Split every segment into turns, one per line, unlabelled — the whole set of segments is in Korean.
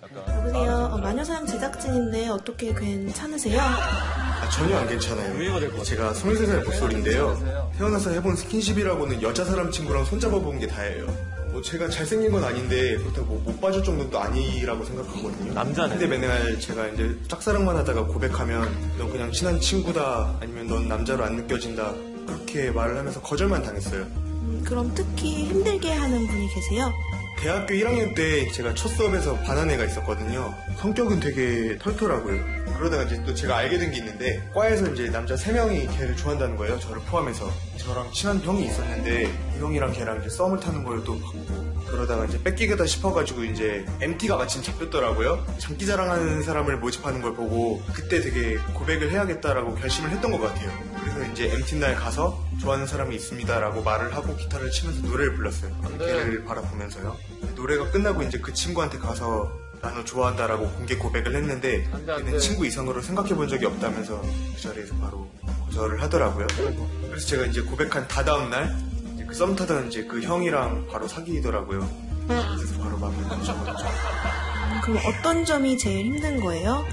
어, 마녀사냥 제작진인데 어떻게 괜찮으세요?
아, 전혀 안 괜찮아요. 제가 23살 목소리인데요. 태어나서 해본 스킨십이라고는 여자 사람 친구랑 손잡아 본게 다예요. 뭐 제가 잘생긴 건 아닌데 그렇다고 뭐 못 봐줄 정도도 아니라고 생각하거든요.
남자네.
근데 맨날 제가 이제 짝사랑만 하다가 고백하면 넌 그냥 친한 친구다 아니면 넌 남자로 안 느껴진다 그렇게 말을 하면서 거절만 당했어요.
음, 그럼 특히 힘들게 하는 분이 계세요?
대학교 1학년 때 제가 첫 수업에서 반한 애가 있었거든요. 성격은 되게 털털하고요. 그러다가 이제 또 제가 알게 된 게 있는데 과에서 이제 남자 3명이 걔를 좋아한다는 거예요. 저를 포함해서. 저랑 친한 형이 있었는데 이 형이랑 걔랑 이제 썸을 타는 걸 또 봤고 그러다가 이제 뺏기겠다 싶어가지고 이제 MT가 마침 잡혔더라고요. 장기 자랑하는 사람을 모집하는 걸 보고 그때 되게 고백을 해야겠다라고 결심을 했던 것 같아요. 그래서 이제 MT 날 가서 좋아하는 사람이 있습니다라고 말을 하고 기타를 치면서 노래를 불렀어요. 걔를 바라보면서요. 노래가 끝나고 이제 그 친구한테 가서 나는 좋아한다라고 공개 고백을 했는데
안 돼, 안
걔는
돼.
친구 이상으로 생각해 본 적이 없다면서 그 자리에서 바로 거절을 하더라고요. 그래서 제가 이제 고백한 다다음 날 그 썸 타던 이제 그 형이랑 바로 사귀더라고요. 그래서 바로
아,
마음을 놓으셨거든요.
음, 그럼 어떤 점이 제일 힘든 거예요?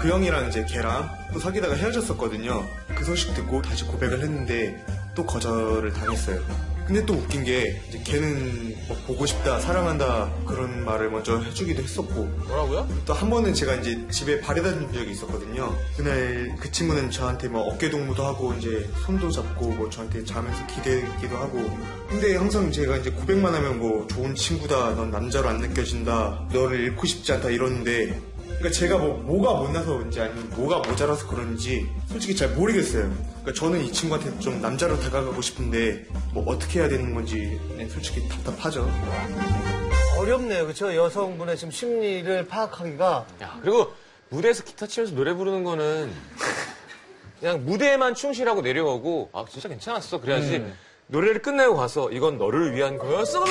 그 형이랑 이제 걔랑 또 사귀다가 헤어졌었거든요. 그 소식 듣고 다시 고백을 했는데 또 거절을 당했어요. 근데 또 웃긴 게 이제 걔는 뭐 보고 싶다, 사랑한다 그런 말을 먼저 해주기도 했었고
뭐라고요?
또 한 번은 제가 이제 집에 바래다 준 적이 있었거든요. 그날 그 친구는 저한테 뭐 어깨 동무도 하고 이제 손도 잡고 뭐 저한테 자면서 기대기도 하고. 근데 항상 제가 이제 고백만 하면 뭐 좋은 친구다, 넌 남자로 안 느껴진다, 너를 잃고 싶지 않다 이러는데. 그러니까 제가 뭐 뭐가 못나서인지 아니면 뭐가 모자라서 그런지 솔직히 잘 모르겠어요. 그러니까 저는 이 친구한테 좀 남자로 다가가고 싶은데 뭐 어떻게 해야 되는 건지 네, 솔직히 답답하죠.
어렵네요. 그렇죠? 여성분의 지금 심리를 파악하기가
야, 그리고 무대에서 기타 치면서 노래 부르는 거는 그냥 무대에만 충실하고 내려오고 아 진짜 괜찮았어 그래야지 노래를 끝내고 가서 이건 너를 위한 거였어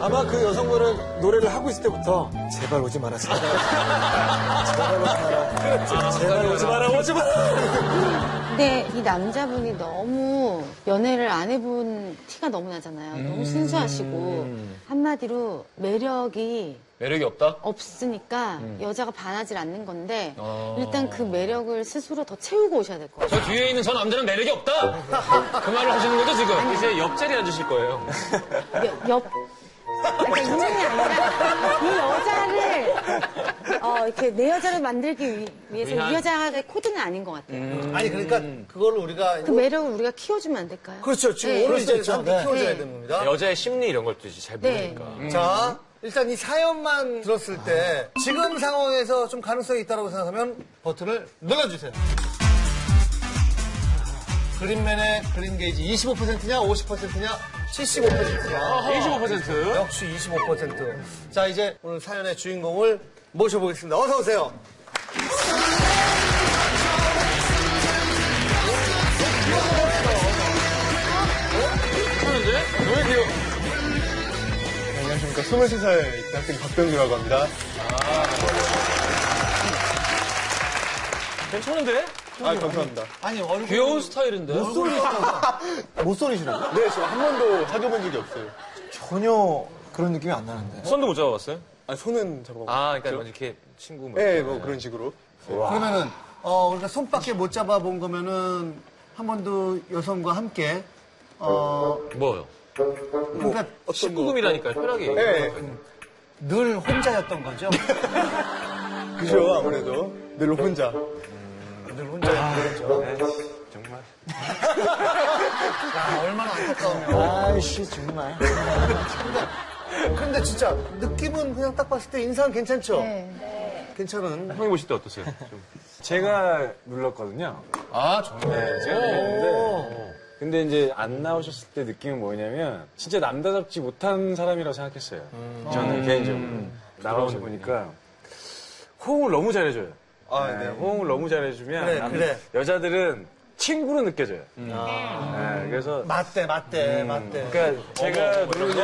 아마 그 여성분은 노래를 하고 있을 때부터 제발 오지 마라 제발 제발 오지 마라 제발 오지 마라 오지 마라
근데 이 남자분이 너무 연애를 안 해본 티가 너무 나잖아요. 너무 순수하시고 한마디로 매력이
매력이 없다?
없으니까 여자가 반하지 않는 건데 일단 그 매력을 스스로 더 채우고 오셔야 될 것 같아요.
저 뒤에 있는 저 남자는 매력이 없다? 그 말을 하시는 거죠 지금? 이제 옆자리에 앉으실 거예요
옆, 옆 그러니까 인연이 아니라 이 여자를 어, 이렇게 내 여자를 만들기 위- 위해서
위한.
이 여자의 코드는 아닌 것 같아요.
아니 그러니까 그걸 우리가
그 매력을 우리가 키워주면 안 될까요?
그렇죠. 지금
네.
오늘 이제
그렇죠.
함께
네.
키워줘야
네.
되는 겁니다.
여자의 심리 이런 걸 또 이제 잘
네.
모르니까
자, 일단 이 사연만 들었을 때 지금 상황에서 좀 가능성이 있다고 생각하면 버튼을 눌러주세요. 그린맨의 그린 게이지 25%냐, 50%냐, 75%냐.
25%
역시 25%. 자, 이제 오늘 사연의 주인공을 모셔보겠습니다. 어서오세요.
노래 귀여워
네, 안녕하십니까. 23살 대학생 박병규라고 합니다.
아. 괜찮은데?
아, 감사합니다. 뭐
아니, 얼굴.
귀여운 스타일인데?
못소리시라고
네, 저 한 번도 사귀어본 적이 없어요.
전혀 그런 느낌이 안 나는데
손도 못 잡아봤어요?
아 손은 잡아
아 그러니까 먼저 이렇게 친구 뭐
네, 뭐 그런 식으로.
그러면은, 어, 우리가 손밖에 못 잡아본 거면은 한 번도 여성과 함께, 어,
뭐요?
그러니까
친구금이라니까요 편하게
네,
늘 혼자였던 거죠.
그죠, 아무래도. 늘 혼자.
늘
아,
혼자였던 네.
그렇죠.
거죠. 정말. 야, 얼마나 안타까우면.
아이씨 정말
근데 진짜 느낌은 그냥 딱 봤을 때 인상은 괜찮죠?
네.
괜찮은.
형이 보실 때 어떠세요? 좀.
제가 눌렀거든요
아 정말?
네,
제가 눌렀는데 근데 이제 안 나오셨을 때 느낌은 뭐냐면 진짜 남다답지 못한 사람이라고 생각했어요
음.
저는 개인적으로 나와서 보니까 호응을 너무 잘해줘요
아,
네,
네.
호응을 너무 잘해주면
그래, 음.
남-
그래.
여자들은 친구로 느껴져요. 네, 그래서
맞대, 맞대, 맞대.
그러니까 제가 누르니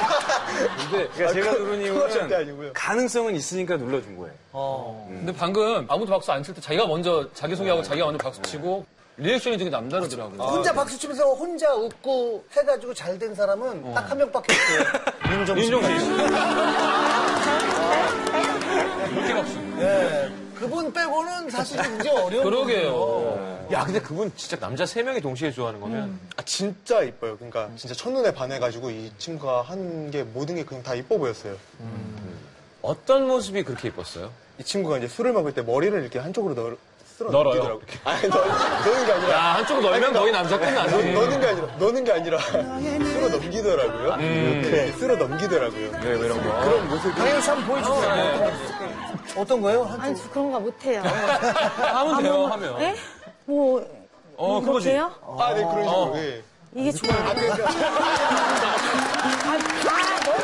근데 그러니까 제가 누른
절대
이유는
아니고요.
가능성은 있으니까 눌러준 거예요.
어.
근데 방금 아무도 박수 안 칠 때 자기가 먼저 자기소개하고 자기가 먼저 박수 치고 리액션이 되게 남다르더라고요.
아.
혼자 박수 치면서 혼자 웃고 해가지고 잘 된 사람은 딱 한 명밖에 없어요.
윤종 씨.
분 빼고는 사실 이제 어려운
그러게요.
야, 근데 그분 진짜 남자 세명이 동시에 좋아하는 거면
아, 진짜 이뻐요. 그러니까 진짜 첫눈에 반해가지고 이 친구가 하는 게 모든 게 그냥 다 이뻐 보였어요.
어떤 모습이 그렇게 예뻤어요?
이 친구가 이제 술을 먹을 때 머리를 이렇게 한쪽으로 널, 쓸어
널어요?
넣기더라고요. 아니, 너, 너는 게 아니라.
야, 한쪽 널면
그러니까
거의 남자 끝나지.
너, 너는 게 아니라, 너는 게 아니라, 쓸어 넘기더라고요.
음.
이렇게 쓸어 넘기더라고요. 네, 이런 거. 그런 모습.
당연히 한번 보여주세요. 네. 어떤 거예요? 한-
아니, 저 그런 거 못해요.
하면 돼요, 하면.
예? 뭐,
어, 그거지.
못해요?
아, 네, 그런 식으로. 예.
이게 좋아요. 아, 아, 너무 아,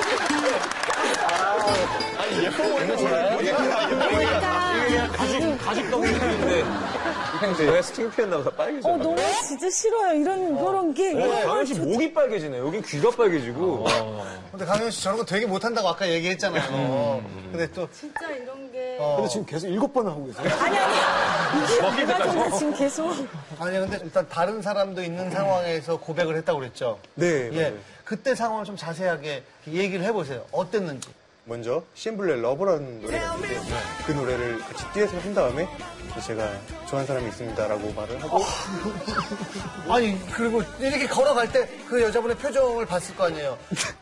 아니, 예뻐 보이는
그러니까
거예요.
좋다.
가죽, 가죽 덩어리인데. 왜 스팅 피었나 보다 빨개져.
어, 너무 진짜 싫어요. 이런, 그런 게.
강현 씨 어, 목이 빨개지네. 여긴 귀가 빨개지고.
근데 강현 씨 저런 거 되게 못한다고 아까 얘기했잖아요. 근데 또
진짜 이런 게.
근데 지금 계속 일곱 번 하고 계세요.
아니, 아니. 이게 누가 좀 지금 계속.
아니 근데 일단 다른 사람도 있는 상황에서 고백을 했다고 그랬죠.
네.
예,
맞아요.
그때 상황을 좀 자세하게 얘기를 해보세요. 어땠는지.
먼저 신블레 러브라는 노래가 있는데 그 노래를 같이 듀엣을 한 다음에 제가 좋아하는 사람이 있습니다라고 말을 하고
아니 그리고 이렇게 걸어갈 때 그 여자분의 표정을 봤을 거 아니에요.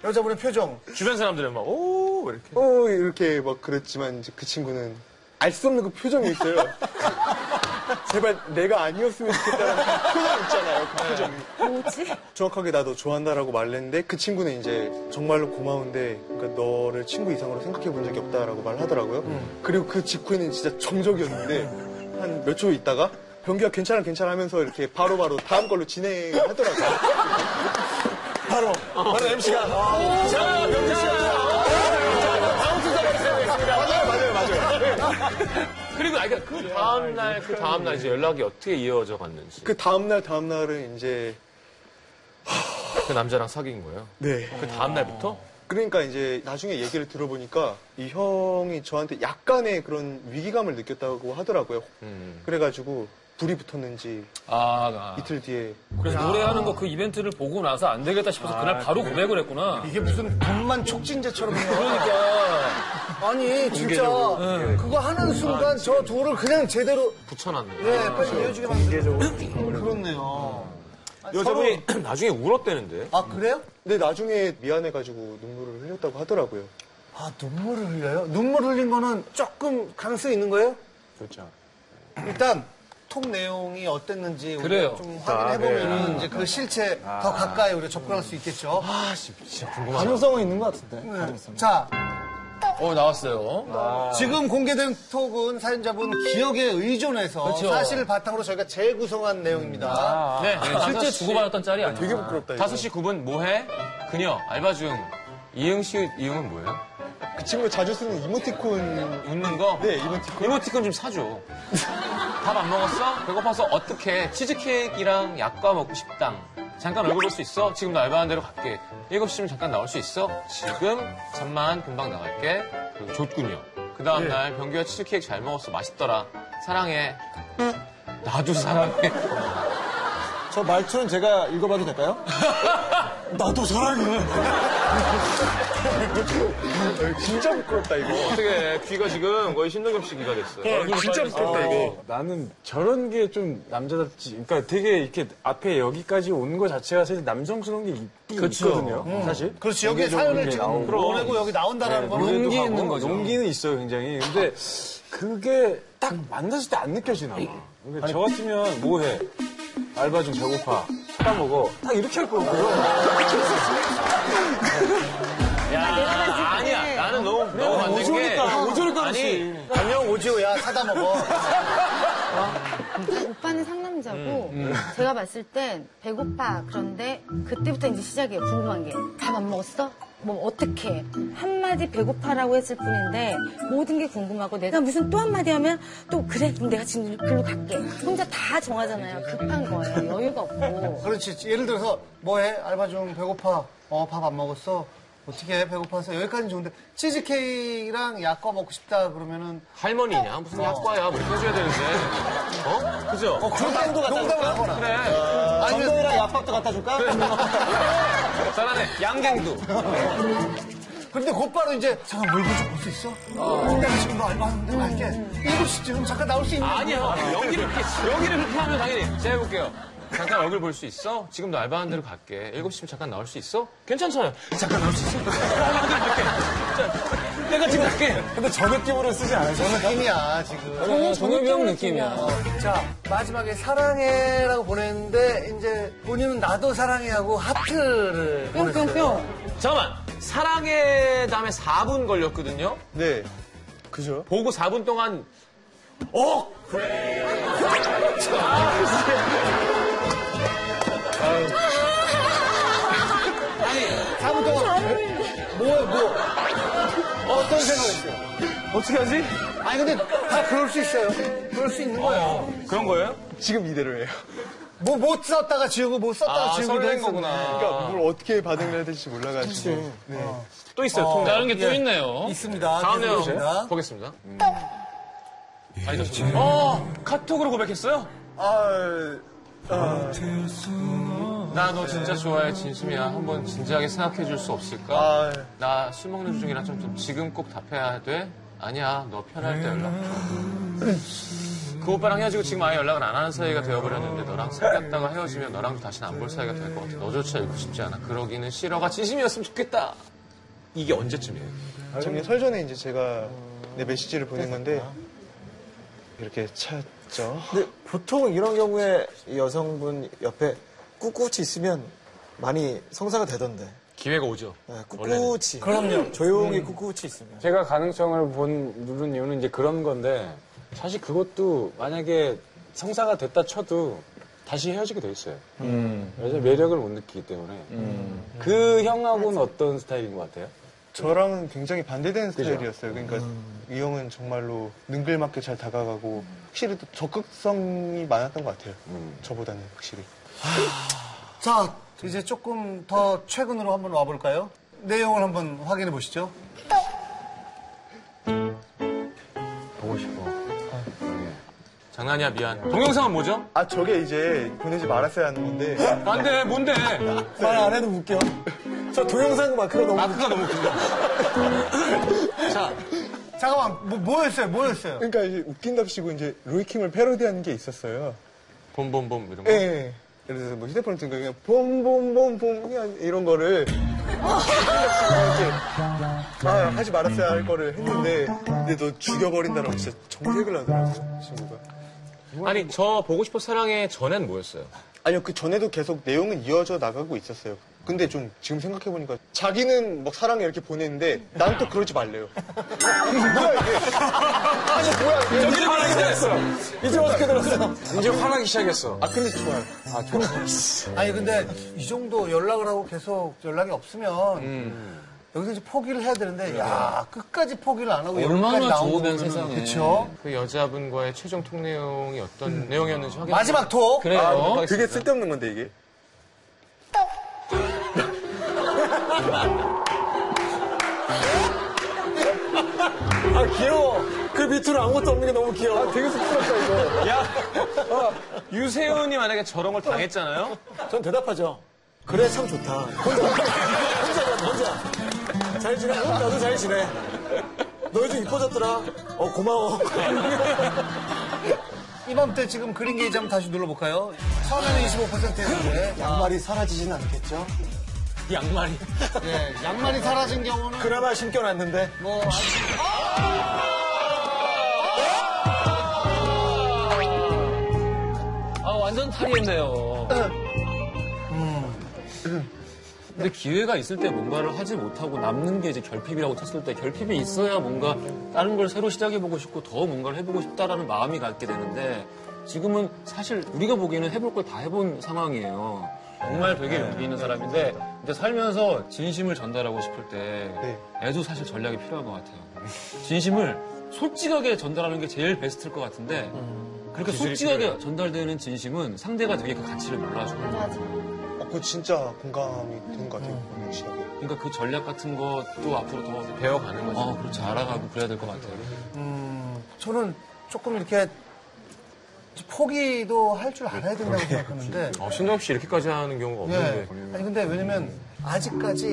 여자분의 표정.
주변 사람들은 막, 오, 이렇게.
어 이렇게 막 그랬지만 이제 그 친구는 알 수 없는 그 표정이 있어요. 제발 내가 아니었으면 좋겠다는 그 표정 있잖아요. 그 표정.
뭐지?
정확하게 나도 좋아한다라고 말했는데 그 친구는 이제 정말로 고마운데 그러니까 너를 친구 이상으로 생각해 본 적이 없다라고 말하더라고요. 그리고 그 직후에는 진짜 정적이었는데 한 몇 초 있다가 병기야 괜찮아 괜찮아 하면서 이렇게 바로바로 다음 걸로 진행하더라고요.
바로.
바로 MC가
자, 명진 씨.
맞아요 맞아요 맞아요.
그리고, 아니, 그러니까 그 다음날, 그 다음날 이제 연락이 어떻게 이어져 갔는지. 그,
그 다음 날 다음 날은 이제
그 남자랑 사귄 거예요.
네.
그 다음날부터?
그러니까 이제 나중에 얘기를 들어보니까 이 형이 저한테 약간의 그런 위기감을 느꼈다고 하더라고요.
음.
그래가지고 불이 붙었는지
아, 아.
이틀 뒤에
그래서 노래하는 거 그 이벤트를 보고 나서 안 되겠다
아,
싶어서 그날 바로 고백을 했구나.
이게 무슨 돈만 촉진제처럼.
그러니까
아니 진짜 그거 하는 순간 저 둘을 그냥 제대로
붙여놨네.
네, 빨리 이어주게 만들어. 그렇네요.
여자분이 나중에 울었대는데.
아 그래요?
근데 나중에 미안해가지고 눈물을 흘렸다고 하더라고요.
아 눈물을 흘려요? 눈물 흘린 거는 조금 가능성 있는 거예요?
그렇죠.
일단 톡 내용이 어땠는지 우리가
그래요.
좀 확인해 보면은 이제 아, 그 실체 더 가까이 우리가 접근할 수 있겠죠. 네.
가능성은 있는 것 같은데.
자
어, 나왔어요.
지금 공개된 톡은 사연자분 기억에 의존해서
그렇죠.
사실을 바탕으로 저희가 재구성한 내용입니다.
아.
네, 실제 주고받았던 짤이 아니야.
되게 부끄럽다. 이거.
5시 9분 뭐해? 그녀, 알바 중. 이응 씨, 이응은 뭐예요?
그 친구 자주 쓰는 이모티콘
웃는 거?
네, 이모티콘.
이모티콘 좀 사줘. 밥 안 먹었어? 배고파서 어떻게 치즈케이크랑 약과 먹고 싶당. 잠깐 얼굴 볼 수 있어? 지금 나 알바하는 대로 갈게. 7시쯤 잠깐 나올 수 있어? 지금 잠만 금방 나갈게. 그리고 좋군요. 그
네.
다음날 병규야 치즈케이크 잘 먹었어. 맛있더라. 사랑해. 나도 사랑해.
저 말투는 제가 읽어봐도 될까요? 나도 사랑해.
진짜 부끄럽다 이거.
어떻게 네, 귀가 지금 거의 신동엽 씨 귀가 됐어요.
진짜 부끄럽다 이거.
나는 저런 게 좀 남자답지. 그러니까 되게 이렇게 앞에 여기까지 오는 것 자체가 사실 남성스러운 게 있긴 있거든요.
음.
사실.
그렇죠.
그렇지 여기 사연을 지금 보내고 여기
네,
나온다라는 음. 거는
용기
있는 거죠.
용기는 있어요, 굉장히. 근데 그게 딱 만났을 때 안 느껴지나 봐. 근데 저 같으면 뭐 해? 알바 좀 배고파. 사다 먹어. 딱 이렇게 할 거고요.
아,
아니야. 나는 너무, 너무 만든 게.
오조니까, 오조니까
아니,
그렇지.
안녕 오지호야 사다 먹어.
그 오빠는 상남자고 제가 봤을 땐 배고파 그런데 그때부터 이제 시작이에요 궁금한 게밥 안 먹었어? 뭐 어떻게 한마디 배고파라고 했을 뿐인데 모든 게 궁금하고 내가 무슨 또 한마디 하면 또 그래 그럼 내가 지금 글로 갈게 혼자 다 정하잖아요 급한 거예요 여유가 없고
그렇지. 예를 들어서 뭐해? 알바 좀 배고파. 어, 밥 안 먹었어. 어떻게 해? 배고파서 여기까지는 좋은데 치즈케이크랑 약과 먹고 싶다 그러면은 어?
할머니냐? 무슨 약과야? 뭐 이렇게 해줘야 되는데. 어? 그죠?
농담도 농담을 하거나
그래. 아.
아니면 약밥도 갖다 줄까?
잘하네. 양갱도.
근데 곧바로 이제 잠깐 물건 좀볼수 있어? 내가 지금 뭐 알바하는데 갈게. 7시쯤 잠깐 나올 수 있는
아니야. 여기를 이렇게, 여기를 이렇게 하면 당연히. 제가 해볼게요. 잠깐 얼굴 볼 수 있어? 지금 너 알바하는 대로 갈게. 7시쯤 잠깐 나올 수 있어? 괜찮잖아요. 잠깐 나올 수 있어? 알바하는 대로 갈게. 자, 내가 지금 갈게.
근데 저 느낌으로 쓰지 않으세요?
저는 힘이야 지금.
종엽이 어, 형 느낌이야.
어. 자 마지막에 사랑해라고 보냈는데 이제 본인은 나도 사랑해 하고 하트를 보냈어요.
잠깐만. 사랑해 다음에 4분 걸렸거든요.
네. 그죠?
보고 4분 동안
뭐야 뭐 어떤 생각이세요?
어떻게 하지?
아니 근데 다 그럴 수 있어요. 그럴 수 있는 거예요.
그런 거예요?
지금 이대로예요.
뭐 못 썼다가 지우고 못 썼다가
아,
지우고
설렌
했었네.
거구나.
그러니까 뭘 어떻게 반응을 해야 될지 몰라가지고. 네.
또 있어요, 통과.
다른 게 또 있네요.
있습니다.
다음에
계속 있습니다.
예. 보겠습니다. 아니, 저, 어, 카톡으로 고백했어요?
아,
나 너 진짜 좋아해, 진심이야. 한번 진지하게 생각해 줄 수 없을까?
아,
나 술 먹는 중이라 좀, 좀 지금 꼭 답해야 돼? 아니야, 너 편할 때 연락. 줘. 그 오빠랑 헤어지고 지금 아예 연락을 안 하는 사이가 되어버렸는데 너랑 사귀었다가 헤어지면 너랑도 다시는 안 볼 사이가 될 것 같아. 너조차 읽고 싶지 않아. 그러기는 싫어가 진심이었으면 좋겠다. 이게 언제쯤이에요?
작년
아.
설 전에 이제 제가 내 메시지를 보낸 건데 이렇게 찾죠.
근데 보통 이런 경우에 여성분 옆에 꿋꿋이 있으면 많이 성사가 되던데.
기회가 오죠.
네, 꿋꿋이. 그럼요. 조용히 꿋꿋이 있으면.
제가 가능성을 본 누른 이유는 이제 그런 건데 사실 그것도 만약에 성사가 됐다 쳐도 다시 헤어지게 돼 있어요.
음.
그래서 매력을 못 느끼기 때문에 그 형하고는 어떤 스타일인 것 같아요?
저랑은 굉장히 반대되는 스타일이었어요. 그러니까
음.
이 형은 정말로 능글맞게 잘 다가가고 확실히 또 적극성이 많았던 것 같아요. 저보다는 확실히.
자 이제 조금 더 최근으로 한번 와볼까요? 내용을 한번 확인해 보시죠.
보고 싶어. 장난이야, 미안. 동영상은 뭐죠?
아 저게 이제 보내지 말았어야 하는 건데
안 돼, 뭔데?
말 안 해도 웃겨. 저 동영상 마크로
아,
너무.
마크가 너무 웃긴다.
잠깐만 뭐, 뭐였어요? 뭐였어요?
그러니까 이제 웃긴답시고 이제 로이킴을 패러디하는 게 있었어요.
봄봄봄 이런 거.
예. 예. 예를 들어서 뭐 휴대폰을 든거 그냥 봄봄봄봄 그냥 이런 거를 이렇게 아, 하지 말았어야 할 거를 했는데 근데 너 죽여버린다라고 진짜 정색을 하더라고요 친구가.
아니, 저 보고 싶어 사랑해 전엔 뭐였어요?
아니요, 그 전에도 계속 내용은 이어져 나가고 있었어요. 근데 좀 지금 생각해보니까 자기는 막 사랑해 이렇게 보냈는데 난 또 그러지 말래요. 뭐야 이게? 아니 뭐야 이게?
이제 말하기 시작했어.
이제 어떻게 들었어? 이제 화나기 시작했어.
아 근데 좋아요.
아니 근데 이 정도 연락을 하고 계속 연락이 없으면
음.
여기서 이제 포기를 해야 되는데 야 끝까지 포기를 안 하고
얼마나
여기까지 나온
좋으면
거면은
세상에.
그쵸?
그 여자분과의 최종 통 내용이 어떤 내용이었는지 확인.
마지막 톡
그래요.
되게 쓸데없는 건데 이게.
아, 귀여워. 그 밑으로 아무것도 없는 게 너무 귀여워. 되게 쑥스럽다, 이거.
어.
유세윤이 만약에 저런 걸 당했잖아요.
전 대답하죠. 그래, 참 좋다. 혼자, 혼자, 혼자. 잘 지내? 응, 나도 잘 지내. 너 요즘 이뻐졌더라. 어, 고마워.
이맘때 지금 그린 게이지 한번 다시 눌러볼까요? 처음에는 25%였는데
양말이 사라지진 않겠죠?
양말이.
예, 양말이 사라진 경우는
그나마 신겨놨는데.
뭐 아직
아, 완전 탈이했네요. 근데 기회가 있을 때 뭔가를 하지 못하고 남는 게 이제 결핍이라고 쳤을 때 결핍이 있어야 뭔가 다른 걸 새로 시작해보고 싶고 더 뭔가를 해보고 싶다라는 마음이 갖게 되는데 지금은 사실 우리가 보기에는 해볼 걸 다 해본 상황이에요. 정말 되게 용기 있는 사람인데 근데 살면서 진심을 전달하고 싶을 때 애도 사실 전략이 필요한 것 같아요. 진심을 솔직하게 전달하는 게 제일 베스트일 것 같은데 그렇게 솔직하게 전달되는 진심은 상대가 되게 그 가치를 몰라줘요.
맞아.
어, 그거 진짜 공감이 되는 것
음.
같아요. 오늘 시작에.
그러니까 그 전략 같은 것도 앞으로 더 배워가는 거죠. 어, 그렇죠. 알아가고 그래야 될 것 같아요.
음, 저는 조금 이렇게 포기도 할 줄 알아야 된다고 생각하는데
어.
어, 아, 신동엽 씨 이렇게까지 하는 경우가
예. 아니 근데 왜냐면 아직까지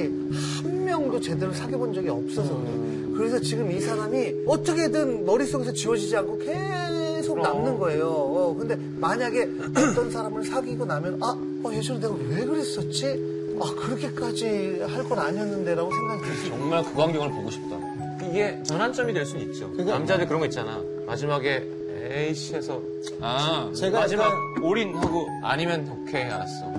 한 명도 제대로 사귀어본 적이 없어서 그래. 그래서 지금 이 사람이 어떻게든 머릿속에서 지워지지 않고 계속 남는 거예요. 어, 근데 만약에 어떤 사람을 사귀고 나면 아, 어, 예전에 내가 왜 그랬었지? 아, 그렇게까지 할 건 아니었는데라고 생각이 들수 있어요.
정말 그 광경을 보고 싶다.
이게 전환점이 될 수는 있죠.
그러니까
남자들 그런 거 있잖아. 마지막에 에이씨 해서
아,
제가
마지막
약간-
올인하고 아니면 오케이 알았어.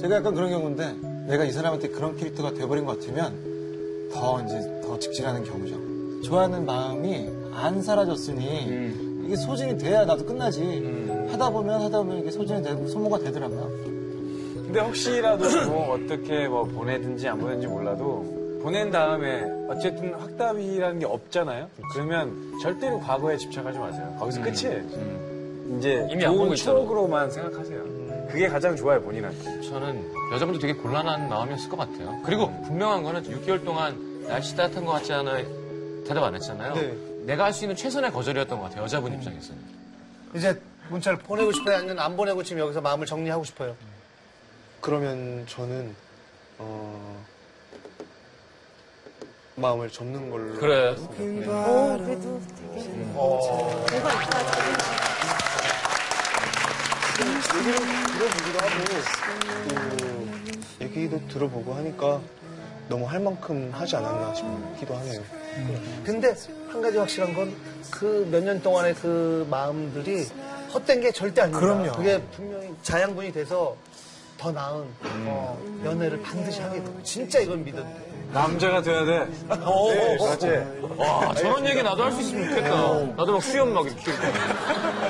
제가 약간 그런 경우인데 내가 이 사람한테 그런 캐릭터가 돼버린 것 같으면 더 이제 더 직진하는 경우죠. 좋아하는 마음이 안 사라졌으니 이게 소진이 돼야 나도 끝나지. 하다 보면 하다 보면 이게 소진이 되고 소모가 되더라고요.
근데 혹시라도 뭐 어떻게 뭐 보내든지 안 보내든지 몰라도 보낸 다음에 어쨌든 확답이라는 게 없잖아요. 그러면 절대로 과거에 집착하지 마세요.
음.
거기서 끝이에요. 이제
이미 안 보고
좋은
있잖아.
추억으로만 생각하세요.
음.
그게 가장 좋아요 본인한테.
저는 여자분도 되게 곤란한 마음이었을 것 같아요. 그리고 분명한 거는 6개월 동안 날씨 따뜻한 것 같지 않아요? 대답 안 했잖아요. 내가 할 수 있는 최선의 거절이었던 것 같아요. 여자분 입장에서는.
이제 문자를 보내고 싶어요? 아니면 안 보내고 지금 여기서 마음을 정리하고 싶어요?
그러면 저는 어 마음을 접는 걸로
그래.
오, 그래도 되게.
얘기를 들어보기도 하고 또 얘기도 들어보고 하니까 너무 할 만큼 하지 않았나 싶기도 하네요.
근데 한 가지 확실한 건 그 몇 년 동안의 그 마음들이 헛된 게 절대 아닙니다.
그럼요.
그게 분명히 자양분이 돼서 더 나은 어, 연애를 반드시 하게 돼요. 진짜 이건 믿어도 돼요.
남자가 돼야 돼.
어, 와, 저런 얘기 나도 할 수 있으면 좋겠다. 나도 막 수염 막 이렇게.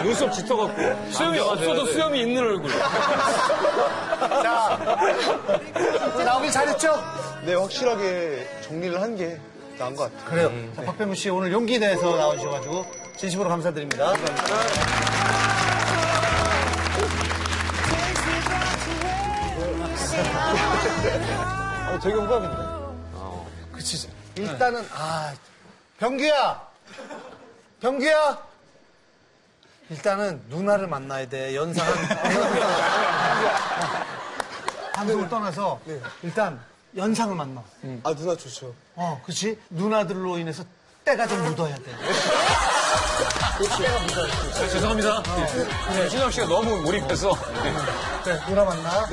눈썹 짙어갖고. 수염이 없어도 수염이 있는 얼굴.
나오길 잘했죠?
네 확실하게 정리를 한 게 나은 것 같아요.
그래요. 자, 박병무 씨 오늘 용기 내서 나와주셔가지고 진심으로 감사드립니다.
어, 되게 호감인데.
그치. 일단은, 아, 병규야! 병규야! 일단은 누나를 만나야 돼. 연상한. 방송을 떠나서 일단 연상을 만나.
아 누나 좋죠.
어, 그치? 누나들로 인해서 때가 좀 묻어야 돼.
네. 죄송합니다. 신영 씨가 너무 몰입해서.
네, 누나 만나.